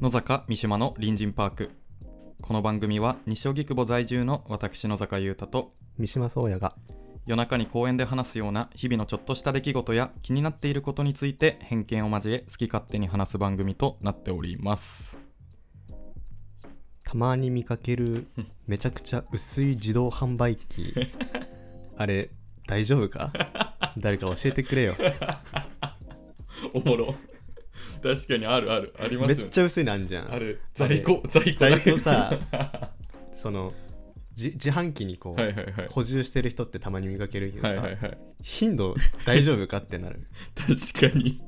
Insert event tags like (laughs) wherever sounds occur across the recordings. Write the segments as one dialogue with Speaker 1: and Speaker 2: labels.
Speaker 1: 野坂三島の隣人パークこの番組は西荻窪在住の私野坂優太と
Speaker 2: 三島宗也が
Speaker 1: 夜中に公園で話すような日々のちょっとした出来事や気になっていることについて偏見を交え好き勝手に話す番組となっております
Speaker 2: たまに見かけるめちゃくちゃ薄い自動販
Speaker 1: (laughs)
Speaker 2: 売機あれ大丈夫か誰か教えて
Speaker 1: (laughs)
Speaker 2: くれよ
Speaker 1: おもろ確かにあるあるあり
Speaker 2: めっちゃ薄いなんじゃん
Speaker 1: る
Speaker 2: 在庫
Speaker 1: 在
Speaker 2: 庫在
Speaker 1: (laughs)
Speaker 2: 庫さそのじ自販機にこう、
Speaker 1: いはいは
Speaker 2: 補充してる人ってたまに見かけるけどさ、
Speaker 1: はい
Speaker 2: 頻度大丈夫かって
Speaker 1: (laughs)
Speaker 2: なる
Speaker 1: 確かに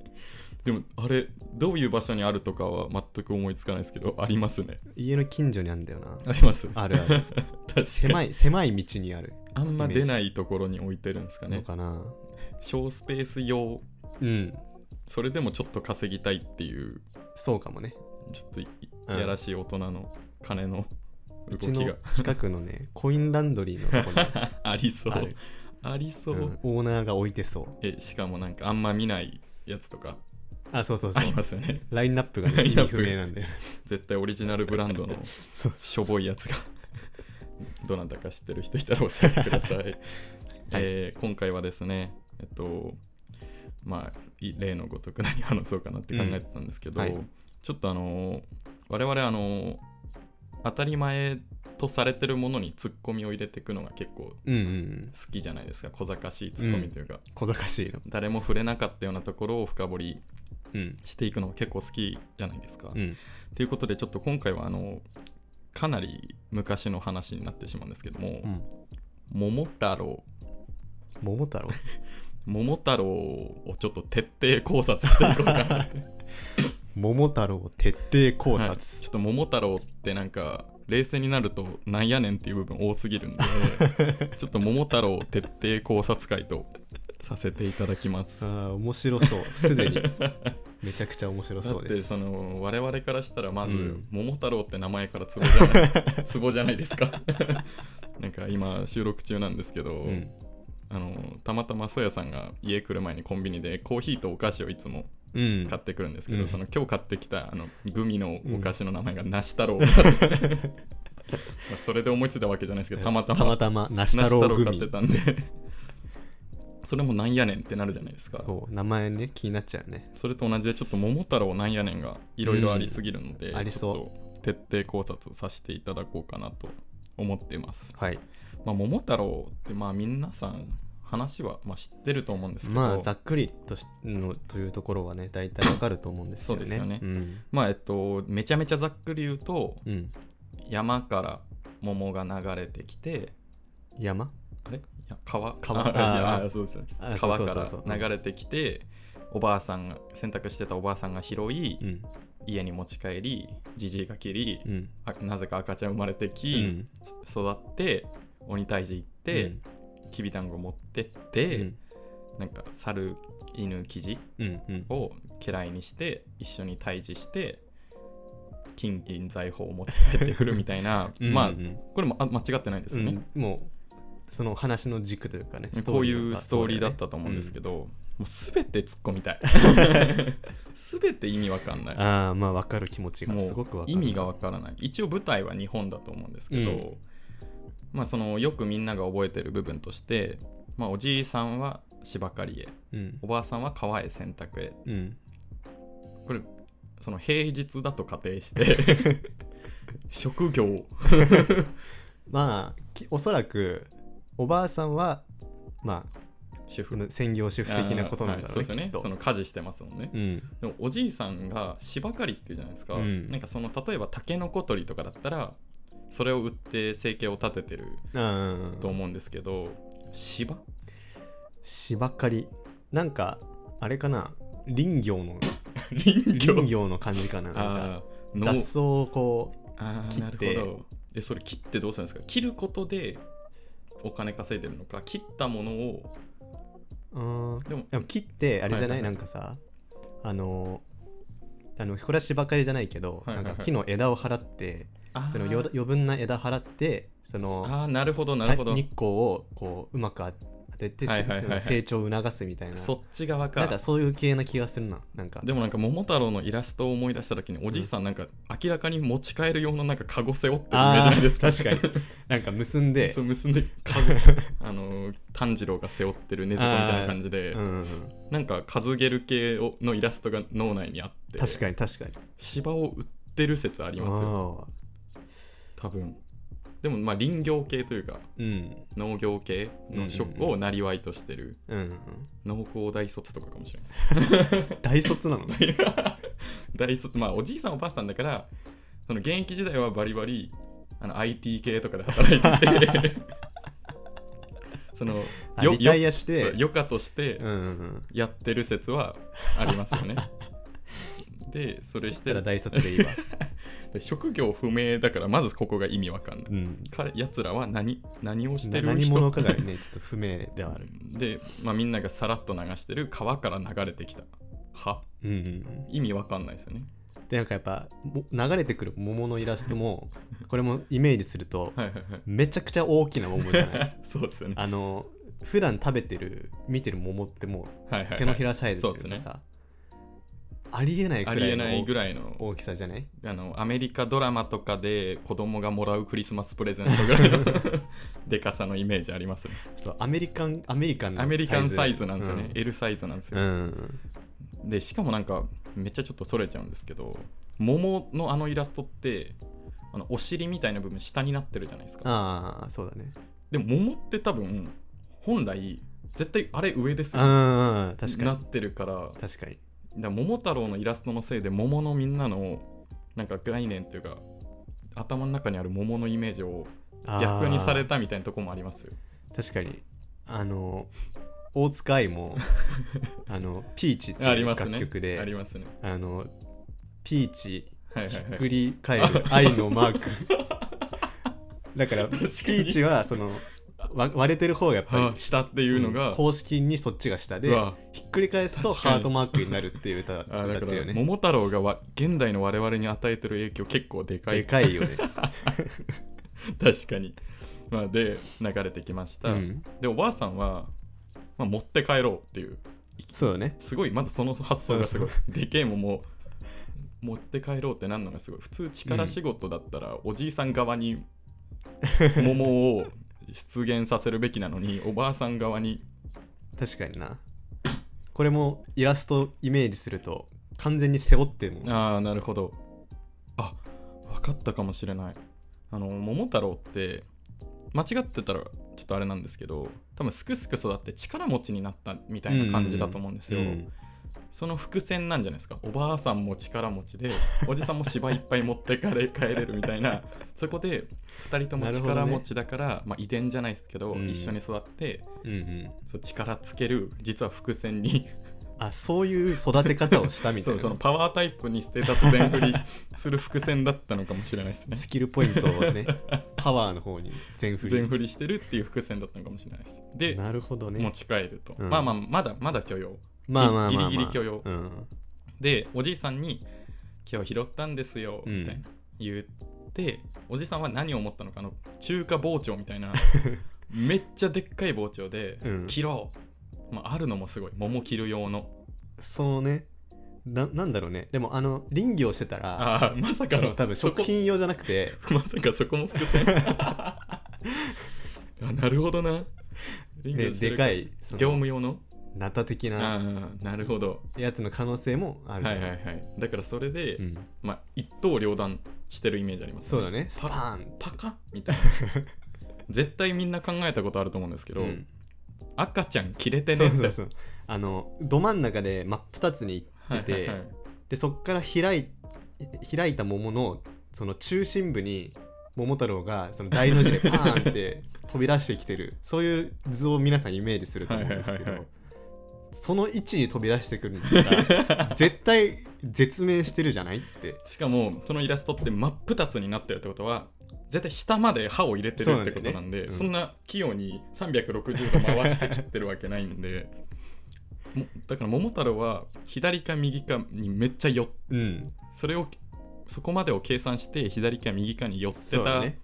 Speaker 1: でもあれどういう場所にあるとかは全く思いつかないですけどありますね
Speaker 2: 家の近所にあるんだよな
Speaker 1: あります (laughs)
Speaker 2: あるある
Speaker 1: 確かに
Speaker 2: 狭い狭い道にある
Speaker 1: あんま出ないところに置いてるんですか
Speaker 2: の
Speaker 1: ね
Speaker 2: かな、
Speaker 1: 小スペース用
Speaker 2: うん
Speaker 1: それでもちょっと稼ぎたいっていう
Speaker 2: そうかもね
Speaker 1: ちょっとい
Speaker 2: うん
Speaker 1: やらしい大人の金の動
Speaker 2: う
Speaker 1: き
Speaker 2: ちの
Speaker 1: が
Speaker 2: 近くのねコインランドリーのとこに
Speaker 1: ありそう
Speaker 2: あ
Speaker 1: あ
Speaker 2: る
Speaker 1: りそう、
Speaker 2: うんオーナーが置いてそう
Speaker 1: えしかもなんかあんま見ないやつとか
Speaker 2: あそうそうそ
Speaker 1: あ
Speaker 2: う
Speaker 1: りますよね
Speaker 2: ラインナップが、ね、
Speaker 1: ラ
Speaker 2: 意
Speaker 1: インナ
Speaker 2: 味
Speaker 1: ップ
Speaker 2: 不明なんだよ
Speaker 1: 絶対オリジナルブランドの
Speaker 2: そう
Speaker 1: しょぼいやつがどなたか知ってる人いたら教えてください、えー今回はですねえっとまあい例のごとく何話そうかなって考えてたんですけど、
Speaker 2: うんはい
Speaker 1: ちょっとあのー我々あのー当たり前とされてるものにツッコミを入れていくのが結構好
Speaker 2: うんうん
Speaker 1: きじゃないですか小賢しいツッコミというか、
Speaker 2: 小賢しいの
Speaker 1: 誰も触れなかったようなところを深掘り
Speaker 2: うん
Speaker 1: していくのが結構好きじゃないですか。と、
Speaker 2: うん
Speaker 1: いうことでちょっと今回はあのかなり昔の話になってしまうんですけども、
Speaker 2: うん
Speaker 1: 桃太郎
Speaker 2: 桃太郎
Speaker 1: 桃太郎をちょっと徹底考察していこうかなって
Speaker 2: 桃太郎徹底 (laughs) 考察、
Speaker 1: はいちょっと桃太郎ってなんか冷静になるとなんやねんっていう部分多すぎるん
Speaker 2: (laughs)
Speaker 1: でちょっと桃太郎徹底考察会とさせていただきます
Speaker 2: あー面白そうすでにめちゃくちゃ面白
Speaker 1: だ
Speaker 2: そ
Speaker 1: っ
Speaker 2: うで
Speaker 1: て
Speaker 2: す
Speaker 1: その我々からしたらまず、
Speaker 2: うん
Speaker 1: 桃太郎って名前からツボじゃないツボじゃない
Speaker 2: (laughs)
Speaker 1: ですかなんか今収録中なんですけど、
Speaker 2: うん、
Speaker 1: あのたまたまソヤさんが家来る前にコンビニでコーヒーとお菓子をいつも
Speaker 2: うん、
Speaker 1: 買ってくるんですけど、
Speaker 2: うん
Speaker 1: その今日買ってきたあのグミのお菓子の名前が梨太
Speaker 2: (laughs)
Speaker 1: 郎、まあそれで思いついたわけじゃないですけどたまた
Speaker 2: た
Speaker 1: ま
Speaker 2: またま梨
Speaker 1: 梨
Speaker 2: 太
Speaker 1: 太
Speaker 2: 郎
Speaker 1: 郎
Speaker 2: グ
Speaker 1: 買って
Speaker 2: ミ
Speaker 1: たんで (laughs) それもなんやねんってなるじゃないですか
Speaker 2: そう名前ね気になっちゃうね
Speaker 1: それと同じでちょっと桃太郎なんやねんがいろいろありすぎるので、
Speaker 2: うんありそう
Speaker 1: ちょっと徹底考察させていただこうかなと思っています、
Speaker 2: はい
Speaker 1: まあ、桃太郎ってまあ皆さん話はまあ知ってると思うんですけど、
Speaker 2: まあざっくりとしのというところはね大体わかると思うんですけど
Speaker 1: そ
Speaker 2: ね
Speaker 1: うですよね
Speaker 2: うん
Speaker 1: まあえっとめちゃめちゃざっくり言うと
Speaker 2: うん、
Speaker 1: 山から桃が流れてきて
Speaker 2: 山
Speaker 1: あれいや川
Speaker 2: 川
Speaker 1: あいや
Speaker 2: あー
Speaker 1: あーそうですね
Speaker 2: あ
Speaker 1: 川
Speaker 2: そう
Speaker 1: か
Speaker 2: そうそうそう
Speaker 1: ら流れてきておばあさんが洗濯してたおばあさんが拾い、
Speaker 2: うん
Speaker 1: 家に持ち帰りじじいが切り、
Speaker 2: うん
Speaker 1: あなぜか赤ちゃん生まれて
Speaker 2: う
Speaker 1: き、
Speaker 2: ん
Speaker 1: 育って鬼退治行って、
Speaker 2: うん
Speaker 1: きびだんご持ってっ
Speaker 2: う
Speaker 1: て、
Speaker 2: ん
Speaker 1: なんか猿犬キジ
Speaker 2: うんうん
Speaker 1: を家来にして一緒に退治して金銀財宝を持ち帰ってくるみたいな
Speaker 2: (laughs) うん
Speaker 1: まあ
Speaker 2: うん
Speaker 1: これもあ間違ってないですよね、
Speaker 2: うん、もうその話の軸というかね
Speaker 1: こういうストーリーだったと思うんですけど、もう全て突っ込み
Speaker 2: (laughs)
Speaker 1: たい全て意味わかんない
Speaker 2: ああまあ分かる気持ちが
Speaker 1: も
Speaker 2: すごく分
Speaker 1: う
Speaker 2: かる
Speaker 1: 意味がわからない一応舞台は日本だと思うんですけど、
Speaker 2: うん
Speaker 1: まあそのよくみんなが覚えてる部分として、まあ、おじいさんは芝刈りへ
Speaker 2: うん
Speaker 1: おばあさんは川へ洗濯へ
Speaker 2: うん
Speaker 1: これその平日だと仮定して
Speaker 2: (laughs)
Speaker 1: 職業
Speaker 2: まあきおそらくおばあさんはまあ
Speaker 1: 主婦
Speaker 2: この専業主婦的なことなんだ
Speaker 1: あーはいそ
Speaker 2: ろ
Speaker 1: ううですよ
Speaker 2: ねき
Speaker 1: ね
Speaker 2: っと
Speaker 1: その家事してますもんね、
Speaker 2: うん
Speaker 1: でもおじいさんが芝刈りっていうじゃないですか、
Speaker 2: うん
Speaker 1: なんかその例えばタケノコ取りとかだったらそれを売って生計を立ててる
Speaker 2: あ
Speaker 1: と思うんですけど、芝
Speaker 2: 芝刈りなんかあれかな林
Speaker 1: (laughs)
Speaker 2: 業の
Speaker 1: 林
Speaker 2: 林業の感じかななんか
Speaker 1: あー農
Speaker 2: 雑草をこ
Speaker 1: あー
Speaker 2: 切
Speaker 1: な
Speaker 2: っ
Speaker 1: る
Speaker 2: て
Speaker 1: ほどえそれ切ってどうするんですか切ることでお金稼いでるのか切ったものを
Speaker 2: ううん
Speaker 1: でも
Speaker 2: でも切ってあれじゃな
Speaker 1: はいはいは
Speaker 2: い、
Speaker 1: い
Speaker 2: なんかさあのあのこれは芝刈りじゃないけど、
Speaker 1: はいはいはい
Speaker 2: なんか木の枝を払って
Speaker 1: あー
Speaker 2: その余余分な枝払ってその
Speaker 1: あーなるほどなるほど
Speaker 2: 日光をこううまく当絶対手術するの成長を促すみたいな。
Speaker 1: そっち側
Speaker 2: な
Speaker 1: か
Speaker 2: んかそういう系な気がするな。なんか。
Speaker 1: でもなんか桃太郎のイラストを思い出した時におじいさんなんか明らかに持ち帰る用のなんかカゴ背負ってるイメージない
Speaker 2: (laughs)
Speaker 1: ですか
Speaker 2: あー確かに。なんか結ん
Speaker 1: (laughs)
Speaker 2: で。
Speaker 1: そう結んでカゴ (laughs) あのー炭治郎が背負ってるねずこみたいな感じで、
Speaker 2: うんうんうん
Speaker 1: なんかカズゲル系をのイラストが脳内にあって
Speaker 2: 確かに確かに。
Speaker 1: 芝を売ってる説ありますよ
Speaker 2: あ
Speaker 1: 多分でもまあ林業系というか
Speaker 2: ーうん。
Speaker 1: 農業系の職をなりわいとしてる
Speaker 2: うんうん。
Speaker 1: 農工大卒とかかもしれないです
Speaker 2: 大卒なのね。
Speaker 1: 大卒まあおじいさんおばあさんだからその現役時代はバリバリあの IT 系とかで働いてて (laughs) その (laughs)
Speaker 2: あ
Speaker 1: よ
Speaker 2: リタイ
Speaker 1: よ
Speaker 2: アして。
Speaker 1: そう余暇として
Speaker 2: うんうんうん。
Speaker 1: やってる説はありますよ
Speaker 2: (laughs)
Speaker 1: ねでそれし
Speaker 2: してたら大卒でいいわ。
Speaker 1: で職業不明だからまずここが意味わかんない
Speaker 2: うん。
Speaker 1: 彼やつらは何何をしてる人
Speaker 2: 何者かがね、ちょっと不明ではある。
Speaker 1: で、まあ、みんながさらっと流してる川から流れてきたは
Speaker 2: うんうんうん。
Speaker 1: 意味わかんないですよね
Speaker 2: でなんかやっぱも流れてくる桃のイラストもこれもイメージすると
Speaker 1: はいはいはい
Speaker 2: めちゃくちゃ大きな桃じゃな
Speaker 1: (laughs)
Speaker 2: い
Speaker 1: そうですよね
Speaker 2: あの普段食べてる見てる桃っても
Speaker 1: はいはい、は
Speaker 2: う
Speaker 1: い、
Speaker 2: 手のひらサイズと
Speaker 1: そ
Speaker 2: いうう
Speaker 1: で
Speaker 2: か
Speaker 1: すね
Speaker 2: さ、ありえない
Speaker 1: あり
Speaker 2: くら
Speaker 1: え
Speaker 2: いの
Speaker 1: ないぐ
Speaker 2: 大
Speaker 1: らいの
Speaker 2: 大きさじゃない
Speaker 1: あのアメリカドラマとかで子供がもらうクリスマスプレゼントぐらいの (laughs) でかさのイメージありますね
Speaker 2: そうアメリカンアメリカンの
Speaker 1: アメリカンサイズなんですよね、L サイズなんです
Speaker 2: うん、
Speaker 1: よ、
Speaker 2: うん
Speaker 1: でしかもなんかめっちゃちょっとそれちゃうんですけど桃のあのイラストってあのお尻みたいな部分下になってるじゃないですか
Speaker 2: ああそうだね
Speaker 1: でも桃って多分本来絶対あれ上ですよ
Speaker 2: うんうん確か
Speaker 1: な
Speaker 2: に
Speaker 1: ってるから
Speaker 2: 確かに
Speaker 1: だから桃太郎のイラストのせいで桃のみんなのなんか概念というか頭の中にある桃のイメージを
Speaker 2: あー
Speaker 1: 逆にされたみたいなとこもありますよ。
Speaker 2: 確かにあの大塚
Speaker 1: (laughs)
Speaker 2: 愛もあのピーチって
Speaker 1: あ
Speaker 2: い
Speaker 1: り
Speaker 2: う
Speaker 1: ます
Speaker 2: 楽
Speaker 1: ね。
Speaker 2: 曲で
Speaker 1: ありますね。
Speaker 2: あのピーチ
Speaker 1: はいは
Speaker 2: ひ
Speaker 1: い
Speaker 2: っ
Speaker 1: は
Speaker 2: く
Speaker 1: い。
Speaker 2: り返る愛
Speaker 1: (laughs)
Speaker 2: のマークだからピ
Speaker 1: に
Speaker 2: ーチはそのわ割れてる方がやっぱり、
Speaker 1: はあ下っていうのが、
Speaker 2: 公式にそっちが下で
Speaker 1: うわ
Speaker 2: ひっくり返すと
Speaker 1: 確かに
Speaker 2: ハートマークになるっていう歌歌
Speaker 1: あ
Speaker 2: っ
Speaker 1: だ
Speaker 2: て
Speaker 1: か
Speaker 2: るよ
Speaker 1: ら
Speaker 2: ね
Speaker 1: 桃太郎がわ現代の我々に与えてる影響結構でか
Speaker 2: で
Speaker 1: い。
Speaker 2: かいよね、
Speaker 1: (laughs) 確かに。まあ、で流れてきまし
Speaker 2: う
Speaker 1: た。
Speaker 2: ん、
Speaker 1: でおばあさんは、まあ、持って帰ろうっていう
Speaker 2: そうね
Speaker 1: すごいまずその発想がすごい。でけえももう持って帰ろうってなんのがすごい。普通力仕事だったら、おじいさん側に桃を出現させるべきなの
Speaker 2: (laughs)
Speaker 1: におばあさん側に
Speaker 2: 確かになこれもイラストイメージすると完全に背負ってるもん
Speaker 1: ああなるほどあ分かったかもしれないあの桃太郎って間違ってたらちょっとあれなんですけど多分すくすく育って力持ちになったみたいな感じだと思うんですよ、
Speaker 2: うん
Speaker 1: その伏線なんじゃないですかおばあさんも力持ちで
Speaker 2: (laughs)
Speaker 1: おじさんも芝いっぱい持ってかれ帰れるみたいなそこで2人とも
Speaker 2: なるほどね
Speaker 1: 力持ちだから、まあ、遺伝じゃないですけど、
Speaker 2: うん
Speaker 1: 一緒に育って
Speaker 2: うんうん、
Speaker 1: そう力つける実は伏線に
Speaker 2: あそういう育て方をしたみた
Speaker 1: そ
Speaker 2: いうな
Speaker 1: (laughs) そのパワータイプにステータス全振りする伏線だったのかもしれないですね
Speaker 2: スキルポイントを
Speaker 1: (laughs)
Speaker 2: ねパワーの方に (laughs) 全振り
Speaker 1: 全振りしてるっていう伏線だったのかもしれないですで、
Speaker 2: なるほど
Speaker 1: 持
Speaker 2: ね
Speaker 1: ち帰ると、
Speaker 2: うん
Speaker 1: まあまあまだまだ許容
Speaker 2: まあまあまあ、まあ、
Speaker 1: ギリギリ許容
Speaker 2: うん
Speaker 1: でおじいさんに「今日拾ったんですよ」
Speaker 2: うん
Speaker 1: みたいな言って、おじいさんは何を思ったのかあの中華包丁みたい
Speaker 2: (laughs)
Speaker 1: なめっちゃでっかい包丁で
Speaker 2: うん
Speaker 1: 切ろう、まあ、あるのもすごい桃切る用の
Speaker 2: そのねななんだろうねでもあの林業してたら
Speaker 1: ああまさか
Speaker 2: そ
Speaker 1: の
Speaker 2: の多分
Speaker 1: そこ
Speaker 2: 食品用じゃなくて
Speaker 1: まさかそこも伏
Speaker 2: (laughs)
Speaker 1: 線あなるほどな。
Speaker 2: ね、でかいその
Speaker 1: 業務用の
Speaker 2: ナタ的
Speaker 1: あ
Speaker 2: な
Speaker 1: あなるほど。
Speaker 2: やつの可能性もある、
Speaker 1: はいはいはい。だからそれで、
Speaker 2: うん、
Speaker 1: まあ、一刀両断してるイメージあります、
Speaker 2: そうだねスパ
Speaker 1: パカ
Speaker 2: ーン
Speaker 1: パカみ
Speaker 2: (laughs)
Speaker 1: たいな。絶対みんな考えたことあると思うんですけど、
Speaker 2: うん
Speaker 1: 赤ちゃん切れて
Speaker 2: そ
Speaker 1: ねっ
Speaker 2: う
Speaker 1: て。
Speaker 2: そうそうあのど真ん中で真っ二つに
Speaker 1: はいはいはい
Speaker 2: 出てでそっから開い開いた桃のその中心部に桃太郎がその大
Speaker 1: (laughs)
Speaker 2: の字でパーンって飛び出してきてるそういう図を皆さんイメージすると思うんですけど、
Speaker 1: はいはいはいはい
Speaker 2: その位置に飛び出してくるんだから
Speaker 1: (laughs)
Speaker 2: 絶対絶命してるじゃないって
Speaker 1: しかもそのイラストって真っ二つになってるってことは絶対下まで歯を入れてるってことなんでそ
Speaker 2: そ
Speaker 1: ん
Speaker 2: う
Speaker 1: な器用に360度回して切ってるわけないんでもだから桃太郎は左か右かにめっちゃ寄っ
Speaker 2: うん
Speaker 1: それをそこまでを計算して左か右かに寄って
Speaker 2: そうだ
Speaker 1: た
Speaker 2: ね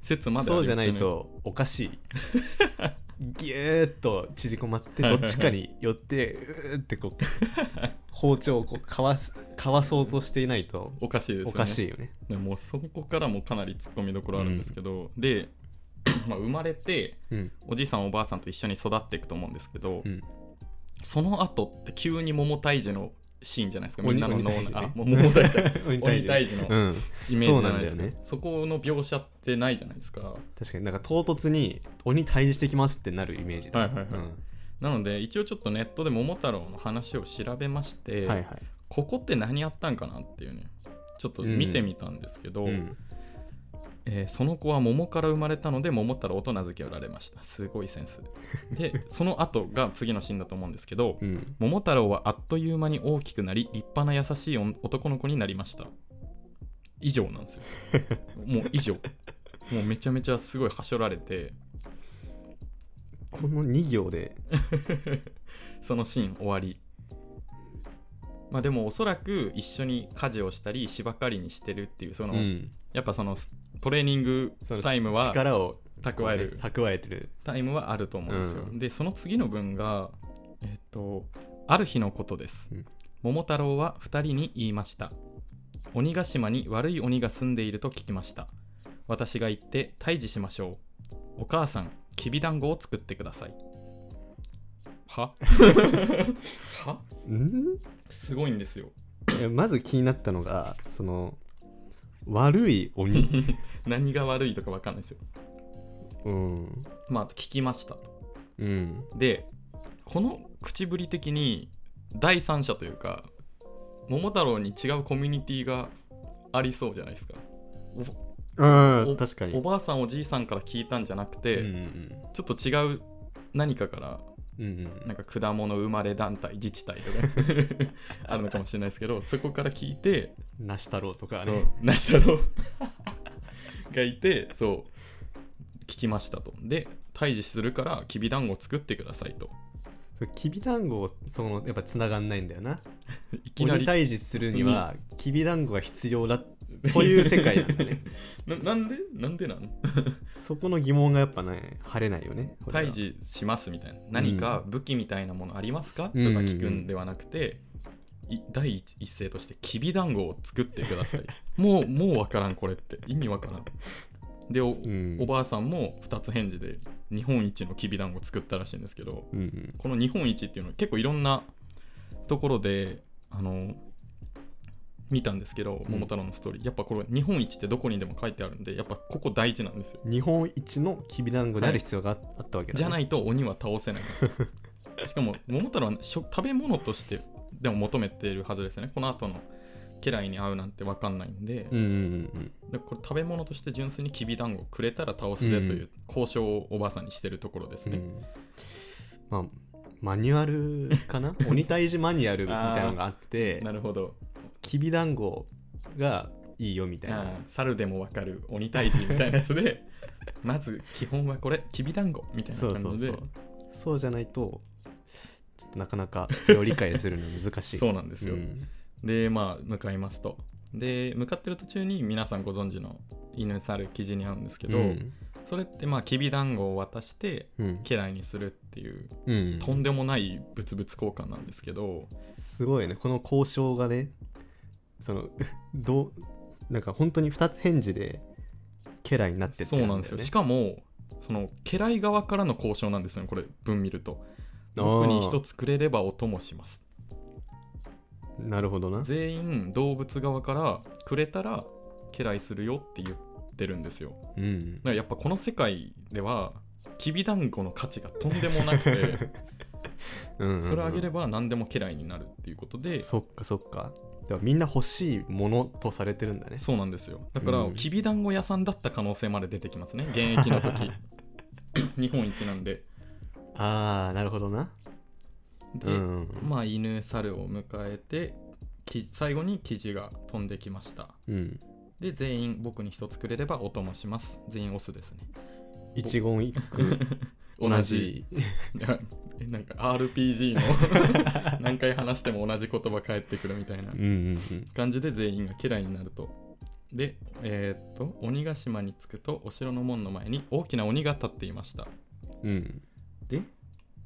Speaker 1: 説まであ
Speaker 2: そう
Speaker 1: り
Speaker 2: じゃ
Speaker 1: ま
Speaker 2: な
Speaker 1: すよ
Speaker 2: い
Speaker 1: ね
Speaker 2: とおかしいギューッと縮こまって
Speaker 1: はい
Speaker 2: ど
Speaker 1: はい
Speaker 2: っちかに寄ってうーってこ
Speaker 1: (laughs)
Speaker 2: う包丁をこうかわすかわそうとしていないと
Speaker 1: おかしいですよね
Speaker 2: おかしいよね。
Speaker 1: でもうそこからもかなりツッコミどころあるんですけど、で、 (clears throat) まあ、生まれて
Speaker 2: うん
Speaker 1: おじいさんおばあさんと一緒に育っていくと思うんですけど、
Speaker 2: うん
Speaker 1: その後って急に桃退治のシーンじゃないですかみんなの脳内、
Speaker 2: 鬼退治ね
Speaker 1: あもう桃退治
Speaker 2: (laughs) 鬼
Speaker 1: 鬼退
Speaker 2: 退
Speaker 1: 治
Speaker 2: 治
Speaker 1: の
Speaker 2: うん、
Speaker 1: イメージじゃないです
Speaker 2: そうなん
Speaker 1: か
Speaker 2: だ
Speaker 1: そ
Speaker 2: よね
Speaker 1: この描写ってないじゃないですかは
Speaker 2: 確かになんか唐突に鬼退治してきますってなるイメージ
Speaker 1: い
Speaker 2: だ、
Speaker 1: はいはい、なので一応ちょっとネットで桃太郎の話を調べまして、
Speaker 2: うんはいはい
Speaker 1: ここって何やったんかなっていうねちょっと見てみたんですけど、
Speaker 2: うん
Speaker 1: えーその子は桃から生まれたので桃太郎と名付けられましたすごいセンスでその後が次のシーンだと思うんですけど
Speaker 2: うん
Speaker 1: 桃太郎はあっという間に大きくなり立派な優しいお男の子になりました以上なんですよもう以上もうめちゃめちゃすごいはしょられて
Speaker 2: この2行で
Speaker 1: そのシーン終わりまあでもおそらく一緒に家事をしたり芝刈りにしてるっていうその、
Speaker 2: うん
Speaker 1: やっぱそのトレーニング
Speaker 2: その
Speaker 1: タイムは
Speaker 2: 力を
Speaker 1: 蓄える
Speaker 2: こうね蓄えてる
Speaker 1: タイムはあると思うんですよ、
Speaker 2: うん
Speaker 1: でその次の文がえっ、とある日のことです、
Speaker 2: うん
Speaker 1: 桃太郎は2人に言いました鬼ヶ島に悪い鬼が住んでいると聞きました私が行って退治しましょうお母さんきびだんごを作ってください
Speaker 2: (laughs)
Speaker 1: はは
Speaker 2: うん
Speaker 1: すごいんですよ
Speaker 2: いやまず気になったのがその悪い
Speaker 1: (laughs)
Speaker 2: 鬼
Speaker 1: 何が悪いとかわかんないですよ
Speaker 2: うん
Speaker 1: まああと聞きましたと
Speaker 2: うん
Speaker 1: でこの口ぶり的に第三者というか桃太郎に違うコミュニティがありそうじゃないですか
Speaker 2: うん
Speaker 1: お
Speaker 2: 確かに
Speaker 1: おばあさんおじいさんから聞いたんじゃなくて、
Speaker 2: うん
Speaker 1: ちょっと違う何かから
Speaker 2: うんうん
Speaker 1: なんか果物生まれ団体自治体
Speaker 2: (laughs)
Speaker 1: とかあるのかもしれないですけどそこから聞いて
Speaker 2: うんなし太郎とか
Speaker 1: そ
Speaker 2: ね
Speaker 1: うなし太郎 (laughs) がいてそう聞きましたとで退治するからきびだんご作ってくださいと
Speaker 2: そうきびだんごそのやっぱつながんないんだよない
Speaker 1: き
Speaker 2: 鬼
Speaker 1: なり
Speaker 2: 退治するにはきびだんごが必
Speaker 1: (laughs)
Speaker 2: 要だという世界なんだね
Speaker 1: ななんでなんでなの
Speaker 2: そこの疑問がやっぱね晴れないよねこれは
Speaker 1: 退治しますみたいな何か武器みたいなものありますか、とか聞くんではなくて、い第一一声としてきびだんごを作ってくだ
Speaker 2: (laughs)
Speaker 1: さいもうもうわからんこれって意味わからんでお,、
Speaker 2: うん
Speaker 1: おばあさんも2つ返事で日本一のきびだんご作ったらしいんですけど
Speaker 2: うんうん
Speaker 1: この日本一っていうのは結構いろんなところであの見たんですけど
Speaker 2: うん
Speaker 1: 桃太郎のストーリー、やっぱこれ日本一ってどこにでも書いてあるんでやっぱここ大事なんですよ
Speaker 2: 日本一のきびだんごである必要がああったわけだ、ね
Speaker 1: じゃないいと鬼は倒せないんですよ (laughs) しかも桃太郎は食食べ物としてでも求めているはずですよねこの後の家来に会うなんて分かんないんで,、
Speaker 2: うんうん
Speaker 1: でこれ食べ物として純粋にきびだんごをくれたら倒すぜという交渉をおばあさんにしてるところです
Speaker 2: うんう
Speaker 1: ね、
Speaker 2: んまあマニュアル
Speaker 1: (laughs)
Speaker 2: かな鬼退治マニュアルみたいなのがあって
Speaker 1: なるほど
Speaker 2: きびだんごがいいよみたい
Speaker 1: あ
Speaker 2: な
Speaker 1: ー猿でも分かる鬼退治みたいなやつで (laughs) まず基本はこれきびだんごみたいな
Speaker 2: そう
Speaker 1: 感じで
Speaker 2: そうそうそうじゃないとちょっとなかなかこれを理解するの難しい
Speaker 1: (laughs) そうなんですよ、
Speaker 2: うん
Speaker 1: でまあ向かいますとで向かってる途中に皆さんご存知の犬猿記事に会うんですけど、
Speaker 2: うん
Speaker 1: それってまあきびだんごを渡して
Speaker 2: うん
Speaker 1: 家来にするっていう
Speaker 2: うん、
Speaker 1: とんでもない物々交換なんですけど、
Speaker 2: すごいねこの交渉がねその (laughs) どうなんか本当に2つ返事で家来になってって
Speaker 1: そうなんですよし
Speaker 2: ね
Speaker 1: かもその家来側からの交渉なんですよねこれ文見ると
Speaker 2: あー
Speaker 1: 僕に一つくれればお供します
Speaker 2: なるほどな
Speaker 1: 全員動物側からくれたら家来するよって言ってるんですよだか
Speaker 2: うん
Speaker 1: らやっぱこの世界ではきびだんごの価値がとんでもな
Speaker 2: (laughs)
Speaker 1: くて
Speaker 2: うん
Speaker 1: それあげれ
Speaker 2: ば
Speaker 1: ば何でも家来になるっていうことで
Speaker 2: そっかそっかではみんな欲しいものとされてるんだね
Speaker 1: そうなんですよだから、
Speaker 2: うん
Speaker 1: きびだんご屋さんだった可能性まで出てきますね現役の時
Speaker 2: (laughs)
Speaker 1: 日本一なんで
Speaker 2: ああなるほどな
Speaker 1: で、
Speaker 2: うん
Speaker 1: まあ犬猿を迎えてき最後に生地が飛んできました
Speaker 2: うん
Speaker 1: で全員僕に一つくれればお供します全員オスですね
Speaker 2: 一言一句同じ
Speaker 1: 同じいやえ (laughs) なんか RPG
Speaker 2: (laughs)
Speaker 1: の何回話しても同じ言葉返ってくるみたいな
Speaker 2: うんうんうん
Speaker 1: 感じで全員が家来になると。で、えーっと、鬼ヶ島に着くと、お城の門の前に大きな鬼が立っていました。
Speaker 2: うん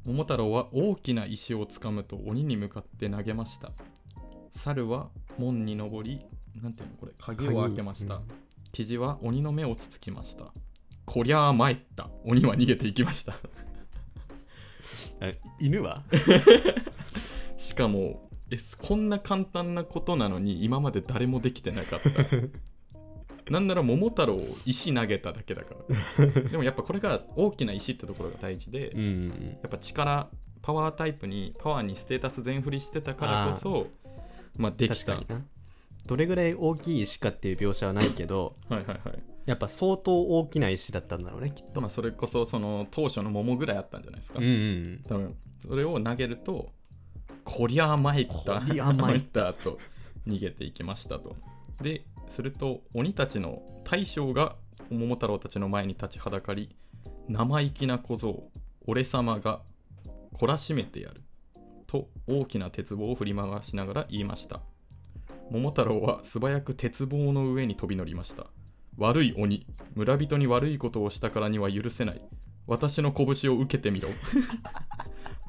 Speaker 1: 桃太郎は大きな石をつかむと鬼に向かって投げました猿は門に登りなんていうのこれ鍵を開けました、
Speaker 2: うん
Speaker 1: キジは鬼の目をつつきましたこりゃあ参った鬼は逃げていきました
Speaker 2: あ
Speaker 1: (laughs)
Speaker 2: 犬は
Speaker 1: しかもえこんな簡単なことなのに今まで誰もできてなかった
Speaker 2: (laughs)
Speaker 1: なんなら桃太郎石投げただけだからでもやっぱこれが大きな石ってところが大事で、
Speaker 2: うん
Speaker 1: や
Speaker 2: うん
Speaker 1: っぱ力パワータイプにパワーにステータス全振りしてたからこそまあでき
Speaker 2: 確
Speaker 1: た
Speaker 2: かになどれぐらい大きい石かっていう描写はないけど
Speaker 1: はいはいはい
Speaker 2: やっぱ相当大きな石だったんだろうねきっと、
Speaker 1: まあそれこそその当初の桃ぐらいあったんじゃないですか、
Speaker 2: うんうん
Speaker 1: 多分それを投げるとこりゃ甘いった
Speaker 2: こりゃ参った (laughs)
Speaker 1: と逃げていきましたとですると鬼たちの大将が桃太郎たちの前に立ちはだかり生意気な小僧俺様が懲らしめてやると大きな鉄棒を振り回しながら言いました桃太郎は素早く鉄棒の上に飛び乗りました悪い鬼村人に悪いことをしたからには許せない私の拳を受けてみろ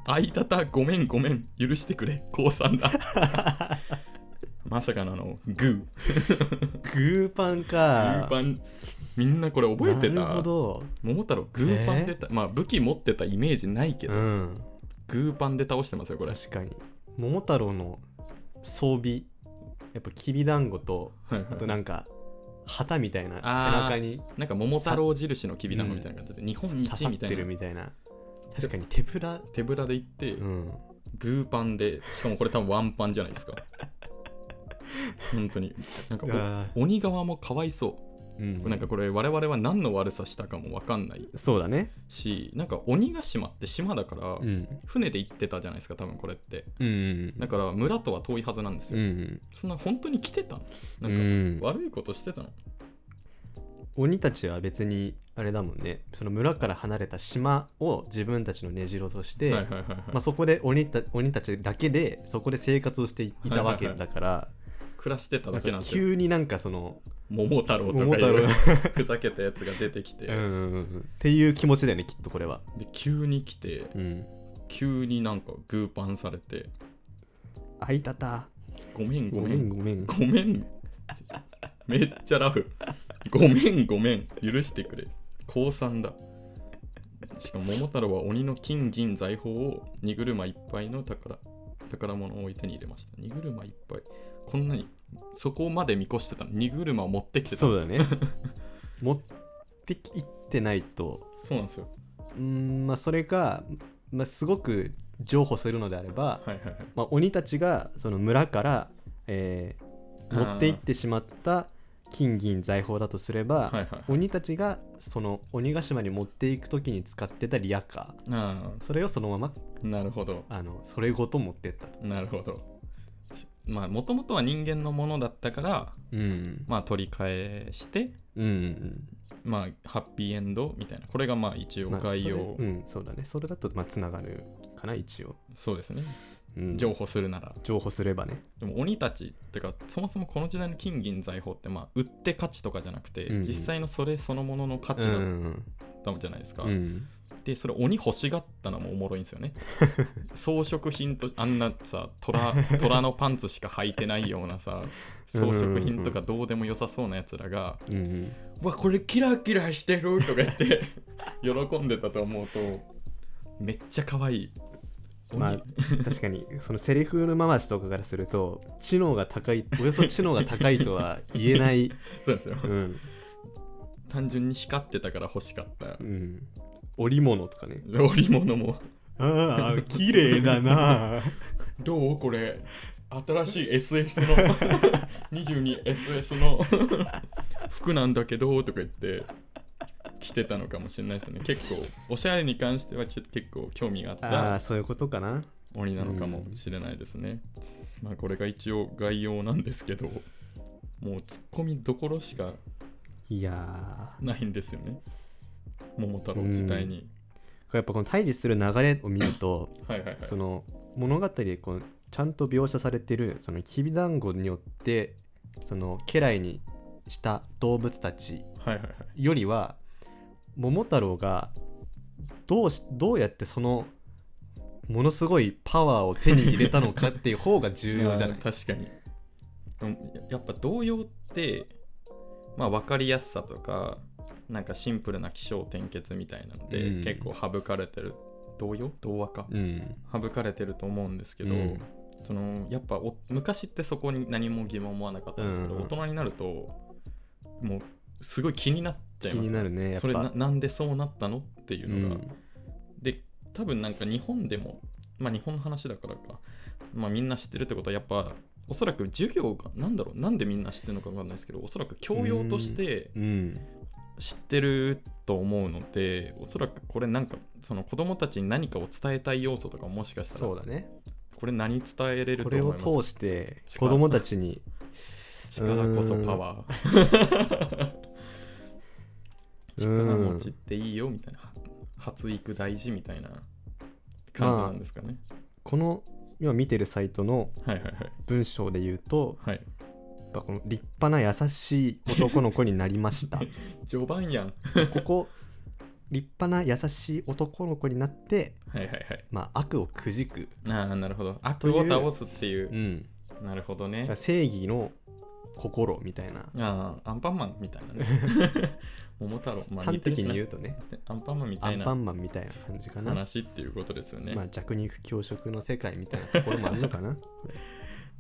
Speaker 1: あいたたごめんごめん許してくれ降参だまさかのあのグ
Speaker 2: グーパン
Speaker 1: ー
Speaker 2: か
Speaker 1: グーパンみんなこれ覚えてた
Speaker 2: なるほど
Speaker 1: 桃太郎グーパンでた、まあ武器持ってたイメージないけど、
Speaker 2: うん
Speaker 1: グーパンで倒してますよこれ
Speaker 2: 確かに桃太郎の装備やっぱきびだんごと
Speaker 1: はいはい
Speaker 2: あとなんか旗みたいな
Speaker 1: あー
Speaker 2: 背中に
Speaker 1: なんか桃太郎印のきびだんごみたいな感じで、日本
Speaker 2: 刺
Speaker 1: 一
Speaker 2: さっ
Speaker 1: みた
Speaker 2: て
Speaker 1: い
Speaker 2: る
Speaker 1: な
Speaker 2: みたいな確かに手ぶら
Speaker 1: 手ぶらで行って、
Speaker 2: うん
Speaker 1: グーパンでしかもこれ多分ワンパンじゃないですか本当になんかお
Speaker 2: あ
Speaker 1: 鬼側もかわいそう
Speaker 2: ーうん
Speaker 1: なんかこれ我々は何の悪さしたかもわかんない
Speaker 2: そうだね
Speaker 1: しなんか鬼ヶ島って島だから、
Speaker 2: うん
Speaker 1: 船で行ってたじゃないですか多分これって
Speaker 2: うん
Speaker 1: だから村とは遠いはずなんです
Speaker 2: う
Speaker 1: よ、
Speaker 2: ん
Speaker 1: そんな本当に来てたの
Speaker 2: う
Speaker 1: なんか、
Speaker 2: ん
Speaker 1: 悪いことしてたの
Speaker 2: 鬼たちは別にあれだもんねその村から離れた島を自分たちの根城として、
Speaker 1: はいはいはいはい、
Speaker 2: まあ、そこで鬼た鬼たちだけでそこで生活をしていたわけだから、
Speaker 1: 暮らしてただけな
Speaker 2: な
Speaker 1: ん
Speaker 2: んか
Speaker 1: ですよ
Speaker 2: 急になんかその
Speaker 1: 桃太郎と
Speaker 2: 桃
Speaker 1: かい
Speaker 2: 太郎
Speaker 1: う (laughs) ふざけたやつが出てきて、
Speaker 2: うんうんうんっていう気持ちだよねきっとこれは、
Speaker 1: で急に来て
Speaker 2: うん、
Speaker 1: 急になんかグーパンされて
Speaker 2: あいたた
Speaker 1: ごめんご
Speaker 2: ご
Speaker 1: め
Speaker 2: めん
Speaker 1: ん
Speaker 2: ごめん
Speaker 1: ごめんめっちゃラフごめんごめん許してくれ降参だしかも桃太郎は鬼の金銀財宝を荷車いっぱいの宝宝物を手に入れました荷車いっぱいこんなにそこまで見越してたの荷車を持ってきてた
Speaker 2: そ
Speaker 1: そう
Speaker 2: うだね持ってきってないと
Speaker 1: そうなんですよ
Speaker 2: うーんまあそれか、まあ、すごく譲歩するのであれば、
Speaker 1: はいはいはい
Speaker 2: まあ、鬼たちがその村から、えー持って行ってしまった金銀財宝だとすれば、
Speaker 1: はいはいはい
Speaker 2: 鬼たちがその鬼ヶ島に持っていく時に使ってたリヤカー
Speaker 1: あ
Speaker 2: それをそのまま
Speaker 1: あなるほど
Speaker 2: あのそれごと持ってったと、
Speaker 1: なるほどしまあもともとは人間のものだったから
Speaker 2: うん
Speaker 1: まあ取り返して
Speaker 2: うんうん
Speaker 1: まあハッピーエンドみたいなこれがまあ一応
Speaker 2: まあ
Speaker 1: 概要、
Speaker 2: それうんそうだねそれだとまあつながるかな一応、
Speaker 1: そうですね
Speaker 2: うん、
Speaker 1: 譲歩するなら、
Speaker 2: 譲歩すればね
Speaker 1: でも鬼たちってかそもそもこの時代の金銀財宝ってまあ売って価値とかじゃなくて、
Speaker 2: うん
Speaker 1: 実際のそれそのものの価値
Speaker 2: う
Speaker 1: だっ
Speaker 2: ん
Speaker 1: たじゃないですか、
Speaker 2: うん
Speaker 1: でそれ鬼欲しがったのもおもろいんです
Speaker 2: (laughs)
Speaker 1: よね装飾品とあんなさ虎虎のパンツしか履いてないようなさ装飾品とかどうでも良さそうなやつらが
Speaker 2: うんうん
Speaker 1: 「うわこれキラキラしてる」とか言って喜んでたと思うとめっちゃ可愛い鬼、
Speaker 2: まあ確かにそのセリフの回しとかからすると知能が高いおよそ知能が高いとは言え (laughs) ない、
Speaker 1: そうですよ、
Speaker 2: うん
Speaker 1: 単純に光ってたから欲しかった
Speaker 2: うん、織物とかね
Speaker 1: 織物も
Speaker 2: ああ綺麗だ (laughs) な
Speaker 1: どうこれ新しい SS の (laughs) 22SS の服なんだけどとか言って着てたのかもしれないですね結構おしゃれに関してはけ結構興味があっ
Speaker 2: ああ
Speaker 1: た
Speaker 2: そういうことかな
Speaker 1: 鬼なのかもしれないですねまあこれが一応概要なんですけどもうツッコミどころしか
Speaker 2: いや
Speaker 1: ないんですよね桃太郎自体に
Speaker 2: ーやっぱこの対峙する流れを見ると
Speaker 1: はいはいはい
Speaker 2: その物語でこうちゃんと描写されてるそのきびだんごによってその家来にした動物たち
Speaker 1: はいはいはい
Speaker 2: よりは桃太郎がどうしどうやってそのものすごいパワーを手に入れたのかっていう方が重要じゃな
Speaker 1: ま
Speaker 2: い、
Speaker 1: あ確かにでもややっぱ童謡ってまあ分かりやすさとかなんかシンプルな気象転結みたいなので、
Speaker 2: うん
Speaker 1: 結構省かれてる童謡童話か、
Speaker 2: うん
Speaker 1: 省かれてると思うんですけど、
Speaker 2: うん
Speaker 1: そのやっぱお昔ってそこに何も疑問もなかったんですけど、
Speaker 2: うん
Speaker 1: 大人になるともうすごい気になっちゃい
Speaker 2: 気
Speaker 1: ます
Speaker 2: にな
Speaker 1: ね
Speaker 2: るねやっぱ
Speaker 1: それななんでそうなったのっていう
Speaker 2: う
Speaker 1: のが、
Speaker 2: ん
Speaker 1: で多分なんか日本でもまあ日本の話だからか、まあ、みんな知ってるってことはやっぱおそらく授業がなんだろうなんでみんな知ってるのか分かんないですけどおそらく教養として
Speaker 2: うん
Speaker 1: 知ってると思うのでおそらくこれなんかその子供たちに何かを伝えたい要素とかもしかした
Speaker 2: そ
Speaker 1: ら
Speaker 2: うだね
Speaker 1: これ何伝えれると
Speaker 2: こ
Speaker 1: 思
Speaker 2: れ
Speaker 1: い
Speaker 2: を
Speaker 1: ます
Speaker 2: 通して
Speaker 1: 力
Speaker 2: 子供たちに
Speaker 1: 力こそパワー
Speaker 2: うん
Speaker 1: (laughs) 力持ちっていいよみたいな発育大事みたいな感じなんですかね、
Speaker 2: この今見てるサイトの
Speaker 1: はいはいはい
Speaker 2: 文章で言うと
Speaker 1: はい
Speaker 2: やっぱこの立派な優しい男の子になり
Speaker 1: (laughs)
Speaker 2: ました
Speaker 1: 序盤やん
Speaker 2: ここ立派な優しい男の子になって、
Speaker 1: はいはいはい
Speaker 2: まあ、悪をくじく、
Speaker 1: ああなるほど悪を倒すっていう
Speaker 2: うん、
Speaker 1: なるほど
Speaker 2: だか
Speaker 1: ね
Speaker 2: ら正義の心みたいな
Speaker 1: ああアンパンマンみたいなね
Speaker 2: (laughs)
Speaker 1: 桃太郎まあ
Speaker 2: 端
Speaker 1: 似てるし
Speaker 2: 的に
Speaker 1: な
Speaker 2: 言うとね
Speaker 1: アンパンマンみ
Speaker 2: ア
Speaker 1: たい
Speaker 2: ンパ
Speaker 1: な
Speaker 2: ンマンみたいな感じかな、
Speaker 1: 話っていうことですよね、
Speaker 2: まあ、弱肉強食の世界みたいなところもある
Speaker 1: (laughs)
Speaker 2: のかなこ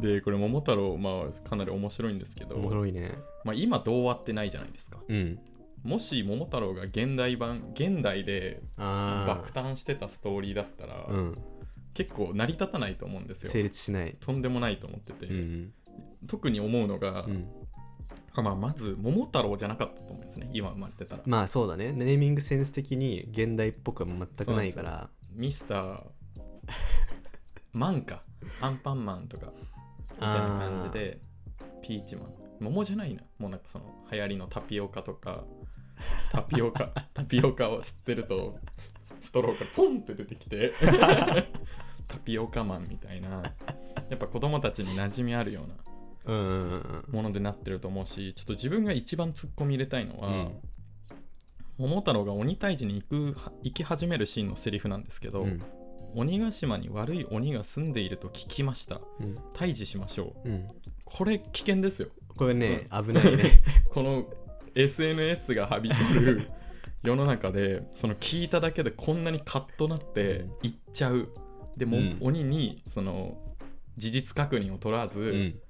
Speaker 2: れ
Speaker 1: でこれ桃太郎まあかなり面白いんですけ
Speaker 2: おも
Speaker 1: ど、
Speaker 2: ろいね
Speaker 1: まあ、今童話ってないじゃないですか
Speaker 2: うん
Speaker 1: もし桃太郎が現代版現代で
Speaker 2: あ
Speaker 1: 爆誕してたストーリーだったら、
Speaker 2: あうん
Speaker 1: 結構成り立たないと思うんです
Speaker 2: 成
Speaker 1: よ
Speaker 2: 立しない
Speaker 1: とんでもないと思ってて、
Speaker 2: うん
Speaker 1: 特に思うのが、
Speaker 2: うん
Speaker 1: あまあ、まず桃太郎じゃなかったと思うんですね今生まれてたら、
Speaker 2: まあそうだねネーミングセンス的に現代っぽくは全くないから
Speaker 1: ミスターマンかアンパンマンとかみたいな感じでピーチマン桃じゃないなもうなんかその流行りのタピオカとか (laughs) タピオ
Speaker 2: (laughs)
Speaker 1: カタピオカを吸ってるとストローがポンって出てき
Speaker 2: (laughs)
Speaker 1: てタピオカマンみたいなやっぱ子供たちに馴染みあるような
Speaker 2: あーうんうんうん
Speaker 1: ものでなってると思うしちょっと自分が一番ツッコミ入れたいのは、
Speaker 2: うん
Speaker 1: 桃太郎が鬼退治に行く行き始めるシーンのセリフなんですけど、
Speaker 2: うん
Speaker 1: 鬼ヶ島に悪い鬼が住んでいると聞きました
Speaker 2: うん
Speaker 1: 退治しましょう
Speaker 2: うん
Speaker 1: これ危険ですよ
Speaker 2: これね危ないね
Speaker 1: この SNS がはびこ
Speaker 2: (laughs)
Speaker 1: る世の中でその聞いただけでこんなにカッとなって
Speaker 2: うん
Speaker 1: 行っちゃうでも、
Speaker 2: うん
Speaker 1: 鬼にその事実確認を取らず、
Speaker 2: うん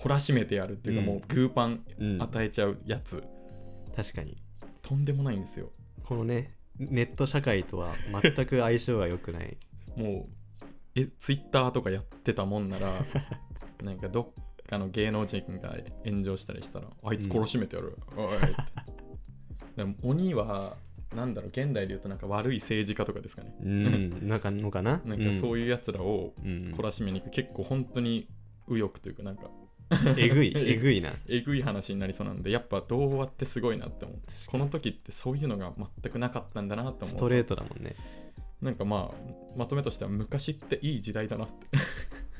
Speaker 1: 懲らしめてやるっていうか、
Speaker 2: うん
Speaker 1: もうグーパン
Speaker 2: うん
Speaker 1: 与えちゃうやつ、
Speaker 2: 確かに
Speaker 1: とんでもないんですよ
Speaker 2: このねネット社会とは全く相性が良くない
Speaker 1: もうえツイッターとかやってたもんな
Speaker 2: (laughs)
Speaker 1: らなんかどっかの芸能人が炎上したりしたらあいつ殺しめてやる、おいってでも鬼はなんだろう現代で言うとなんか悪い政治家とかですかね
Speaker 2: うんなんかのかな
Speaker 1: なんかそういうやつらを
Speaker 2: うんうん
Speaker 1: 懲らしめに行く結構本当に右翼というかなんか
Speaker 2: えぐいえぐいな
Speaker 1: えぐい話になりそうなんでやっぱ童話ってすごいなって思うこの時ってそういうのが全くなかったんだなって
Speaker 2: スト
Speaker 1: 思う
Speaker 2: レートだもんね
Speaker 1: なんかまあまとめとしては昔っていい時代だなって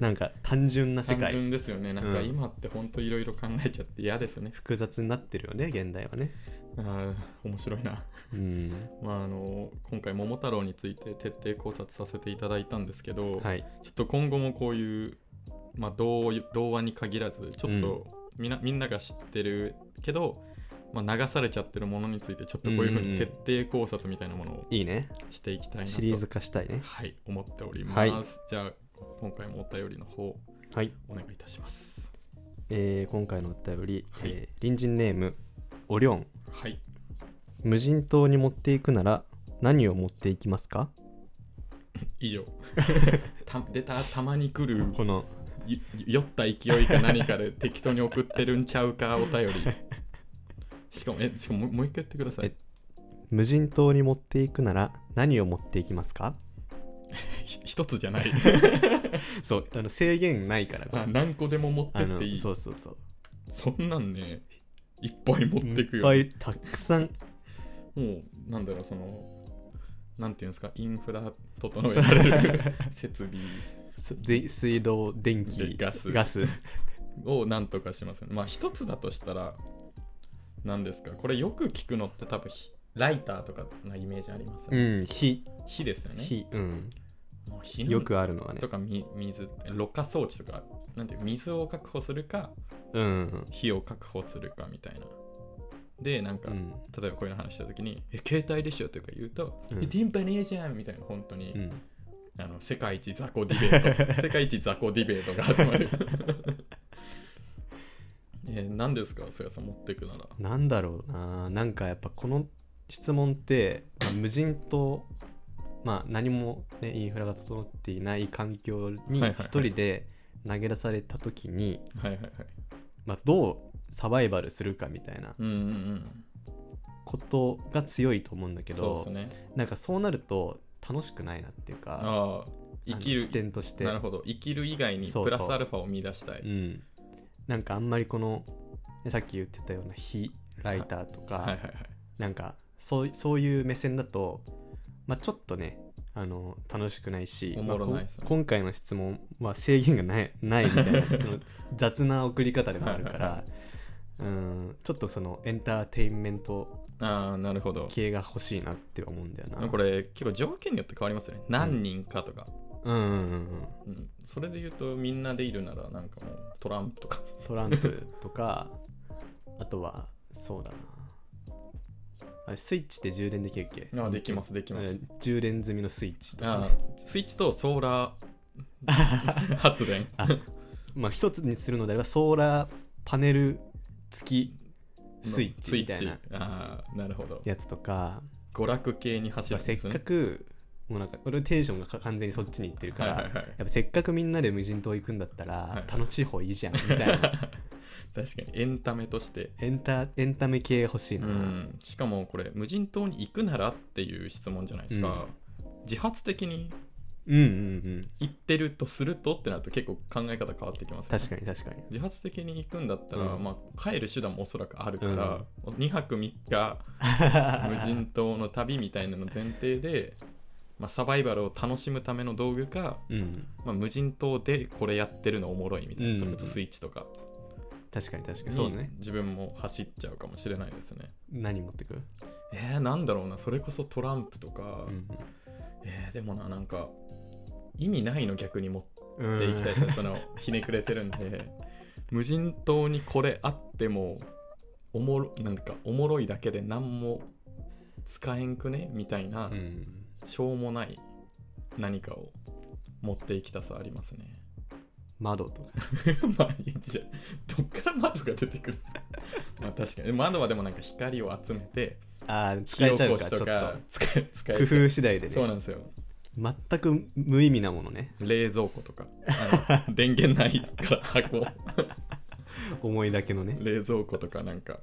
Speaker 2: なんか単純な世
Speaker 1: 単
Speaker 2: 界
Speaker 1: 純ですよねなんか
Speaker 2: うん
Speaker 1: 今って本当いろいろ考えちゃって嫌ですね、
Speaker 2: 複雑になってるよね現代はね
Speaker 1: あー面白いな
Speaker 2: うん
Speaker 1: まああの今回桃太郎について徹底考察させていただいたんですけど、
Speaker 2: はい
Speaker 1: ちょっと今後もこういう、まあ、童童話に限らずちょっとみんな,、みんなが知ってるけど、まあ、流されちゃってるものについてちょっとこういうふう
Speaker 2: うん
Speaker 1: に
Speaker 2: うんうん
Speaker 1: 徹底考察みたいなものを
Speaker 2: いいね
Speaker 1: していきたいなと、
Speaker 2: シリーズ化したいね
Speaker 1: はい思っております、
Speaker 2: はい
Speaker 1: じゃあ今回もお便りの方
Speaker 2: はい
Speaker 1: お願いいたします
Speaker 2: えー今回のお便り、
Speaker 1: はい
Speaker 2: えー隣人ネームおりょん
Speaker 1: はい
Speaker 2: 無人島に持っていくなら何を持っていきますか
Speaker 1: 以
Speaker 2: (laughs)
Speaker 1: 上た出たたまに来る
Speaker 2: この
Speaker 1: ゆ酔った勢いか何かで適当に送ってるんちゃうかお便
Speaker 2: (laughs)
Speaker 1: りしかもえしかももうもう一回やってください
Speaker 2: え無人島に持っていくなら何を持っていきますか
Speaker 1: ひ一つじゃない
Speaker 2: (laughs) そうあの制限ないからこれ
Speaker 1: あ何個でも持って
Speaker 2: あ
Speaker 1: っ
Speaker 2: の
Speaker 1: ていい
Speaker 2: そ
Speaker 1: そう
Speaker 2: そうそうん
Speaker 1: なんねいっぱい持ってく
Speaker 2: いっ
Speaker 1: よ
Speaker 2: ぱいたくさん
Speaker 1: もうなんだろうそのなんていうんですかインフラ整えられる (laughs) 設備
Speaker 2: すで水道電気
Speaker 1: でガス
Speaker 2: ガス
Speaker 1: をなんとかしますまあ一つだとしたら何ですかこれよく聞くのって多分ひライターとかなイメージありますよ
Speaker 2: う
Speaker 1: ね、
Speaker 2: ん火
Speaker 1: 火ですよね
Speaker 2: 火うん
Speaker 1: まあ火の
Speaker 2: よくあるのはね
Speaker 1: とかみ水ろ過装置とかなんていう水を確保するか
Speaker 2: うんうん
Speaker 1: 火を確保するかみたいなでなんか、
Speaker 2: うん
Speaker 1: 例えばこういうの話した時に「え携帯でしょ」とか言うと「
Speaker 2: うん
Speaker 1: え電波ねえじゃん」みたいな本当に、
Speaker 2: うん
Speaker 1: あの世界一雑魚ディベー
Speaker 2: (laughs)
Speaker 1: ト世界一雑魚ディベートが始まる (laughs) えー何ですかそやさん持ってくなら
Speaker 2: なんだろうななんかやっぱこの質問って、まあ無人島まあ何もねインフラが整っていない環境に
Speaker 1: はいはいはい
Speaker 2: 一人で投げ出された時に、
Speaker 1: はいはいはい
Speaker 2: まあ、どうサバイバルするかみたいな
Speaker 1: うんうんうん
Speaker 2: ことが強いと思うんだけ
Speaker 1: そう
Speaker 2: ど
Speaker 1: で、すね
Speaker 2: なんかそうなると楽しくないなっていうか
Speaker 1: ああ生き
Speaker 2: あの視
Speaker 1: る
Speaker 2: 点として
Speaker 1: なるほど生きる以外に
Speaker 2: そうそう
Speaker 1: プラスアルファを見出したい
Speaker 2: うん、なんかあんまりこのねさっき言ってたような非ライターとか、
Speaker 1: はいはいはい
Speaker 2: なんかそうそういう目線だと、まあ、ちょっとねあの楽しくないし
Speaker 1: おもろない
Speaker 2: まあ
Speaker 1: ですね
Speaker 2: こん今回の質問は制限がない (laughs) ないみたいなそ
Speaker 1: (laughs)
Speaker 2: の雑な送り方でもあるか
Speaker 1: はいは (laughs)
Speaker 2: らうんちょっとそのエンターテインメント
Speaker 1: ああなるほど
Speaker 2: 系が欲しいなって思うんだよな。
Speaker 1: これ結構条件によって変わりますよね何人かとか、
Speaker 2: うんうんうんうん、
Speaker 1: うん、それで言うとみんなでいるならなんかもうトランプとか
Speaker 2: トランプとか (laughs) あとはそうだなあれスイッチって充電できるっけ
Speaker 1: あできますできます
Speaker 2: あれ充電済みのスイッチとか
Speaker 1: あ
Speaker 2: ね、
Speaker 1: ースイッチとソーラ
Speaker 2: (laughs)
Speaker 1: ー発電
Speaker 2: まあ一つにするのであればソーラーパネル付きスイッチみたい
Speaker 1: スイ
Speaker 2: な
Speaker 1: ッチああなるほど
Speaker 2: やつとか、
Speaker 1: 娯楽系に走
Speaker 2: ま
Speaker 1: る
Speaker 2: あ、
Speaker 1: ん
Speaker 2: せ
Speaker 1: で
Speaker 2: っ
Speaker 1: すね
Speaker 2: かくもうなんか俺テンションがか完全にそっちに行ってるから、
Speaker 1: はいはいはい
Speaker 2: やっぱせっかくみんなで無人島行くんだった
Speaker 1: いはい
Speaker 2: ら楽しい方いいじゃんみたいな
Speaker 1: (laughs) 確かにエンタメとして
Speaker 2: エンタエンタメ系欲しいうな、
Speaker 1: んしかもこれ無人島に行くならっていう質問じゃないですか、自発的に
Speaker 2: うんうんうん
Speaker 1: 行ってるとするとってなると結構考え方変わってきますよね
Speaker 2: 確かに確かに
Speaker 1: 自発的に行くんだったら、
Speaker 2: うん
Speaker 1: まあ、帰る手段もおそらくあるから、2泊3日無人島の旅みたいなの前提で、まあ、サバイバルを楽しむための道具か、
Speaker 2: うん
Speaker 1: まあ、無人島でこれやってるのおもろいみたいな、
Speaker 2: うん
Speaker 1: それこそスイッチとか
Speaker 2: 確かに確かにそう
Speaker 1: に
Speaker 2: ね
Speaker 1: 自分も走っちゃうかもしれないですね。
Speaker 2: 何持ってくる、
Speaker 1: えー、なんだろうなそれこそトランプとか、
Speaker 2: うん
Speaker 1: えーでもななんか意味ないの逆に持っ
Speaker 2: うん
Speaker 1: ていきたいですね、そのひねくれてるんで無人島にこれあってもおもろなんかおもろいだけで何も使えんくねみたいな。
Speaker 2: うん
Speaker 1: しょうもない何かを持っていきたさありますね。
Speaker 2: 窓とか
Speaker 1: (laughs) まあいいじゃんどっから窓が出てくるんですかまあ確かに窓はでもなんか光を集めて
Speaker 2: あ
Speaker 1: (laughs)
Speaker 2: ー使
Speaker 1: 火
Speaker 2: え
Speaker 1: 起
Speaker 2: ちゃう
Speaker 1: こ
Speaker 2: か
Speaker 1: し
Speaker 2: ちょ
Speaker 1: と
Speaker 2: っと
Speaker 1: か使え使え
Speaker 2: 工夫次第で
Speaker 1: そうな
Speaker 2: ね
Speaker 1: んですよ
Speaker 2: 全く無意味なものね
Speaker 1: 冷蔵庫とかあの電源ないから箱
Speaker 2: 思いだけのね
Speaker 1: 冷蔵庫とかなんか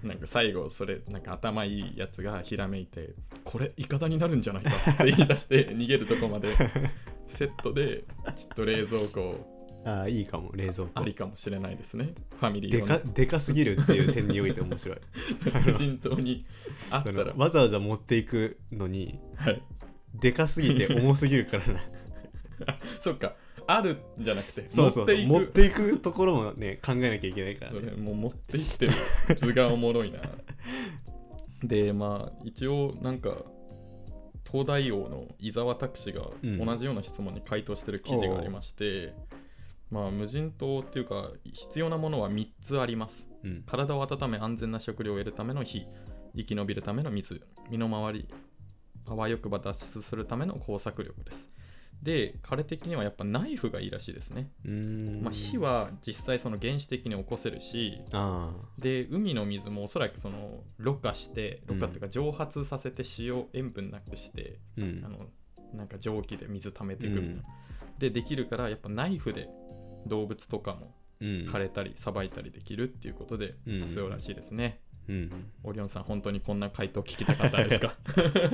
Speaker 1: なんか最後それなんか頭いいやつがひらめいてこれイカダになるんじゃないかって言い出
Speaker 2: (laughs)
Speaker 1: して逃げるとこまでセットでちょっと冷蔵庫を
Speaker 2: あーいいかも冷蔵庫
Speaker 1: ありかもしれないですね。ファミリー
Speaker 2: で
Speaker 1: 用
Speaker 2: かでかすぎるっていう点において
Speaker 1: (laughs)
Speaker 2: 面白い
Speaker 1: の無人島にあった
Speaker 2: そ
Speaker 1: ら
Speaker 2: の、わざわざ持っていくのに
Speaker 1: はい、
Speaker 2: でかすぎ
Speaker 1: (laughs)
Speaker 2: て重すぎるからな
Speaker 1: そっか、あるんじゃなくて、
Speaker 2: そうそうそう
Speaker 1: 持
Speaker 2: 持
Speaker 1: っ
Speaker 2: って
Speaker 1: いく。
Speaker 2: ていくところもね考えなきゃいけないから
Speaker 1: そ
Speaker 2: ね
Speaker 1: れもう持っていって
Speaker 2: (laughs)
Speaker 1: る図がおもろいな。で、まあ、一応、なんか、東大王の伊沢拓司が
Speaker 2: うん
Speaker 1: 同じような質問に回答してる記事がありまして、まあ、無人島っていうか、必要なものは3つあります。
Speaker 2: うん
Speaker 1: 体を温め安全な食料を得るための火生き延びるための水身の回りあわよくば脱出するための工作力ですで彼的にはやっぱナイフがいいらしいですね、
Speaker 2: うーん
Speaker 1: まあ、火は実際その原始的に起こせるし
Speaker 2: あ
Speaker 1: で海の水もおそらくそのろ過してろ過っていうか蒸発させて塩塩分なくして、
Speaker 2: ーう
Speaker 1: あ
Speaker 2: ん
Speaker 1: のなんか蒸気で水溜めていくみたいな、でできるからやっぱナイフで動物とかも
Speaker 2: うん
Speaker 1: 枯れたりさばいたりできるっていうことで
Speaker 2: うん
Speaker 1: 必要らしいですね、
Speaker 2: うん
Speaker 1: オリオンさん本当にこんな回答聞きたかったですか
Speaker 2: 確か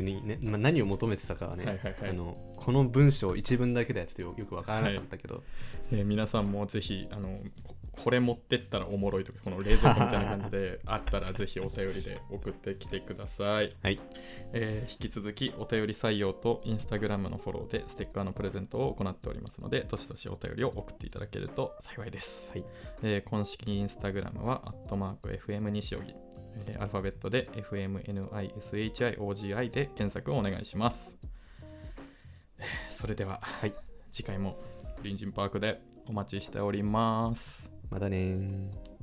Speaker 2: にね、まあ、何を求めてたかはね、
Speaker 1: はいはいはい
Speaker 2: あのこの文章一文だけではちょっとよよくわからなかったけど、
Speaker 1: えー皆さんもぜひあのここれ持ってったらおもろいとかこの冷蔵庫みたいな感じ
Speaker 2: (laughs)
Speaker 1: であったらぜひお便りで送ってきてください、
Speaker 2: はい
Speaker 1: えー引き続きお便り採用とインスタグラムのフォローでステッカーのプレゼントを行っておりますのでどしどしお便りを送っていただけると幸いです、
Speaker 2: はい
Speaker 1: えー公式インスタグラムはアットマーク FM 西荻えーアルファベットで FMNISHIOGI で検索をお願いします。えそれでは、
Speaker 2: い
Speaker 1: 次回も隣人パークでお待ちしております。
Speaker 2: またねー。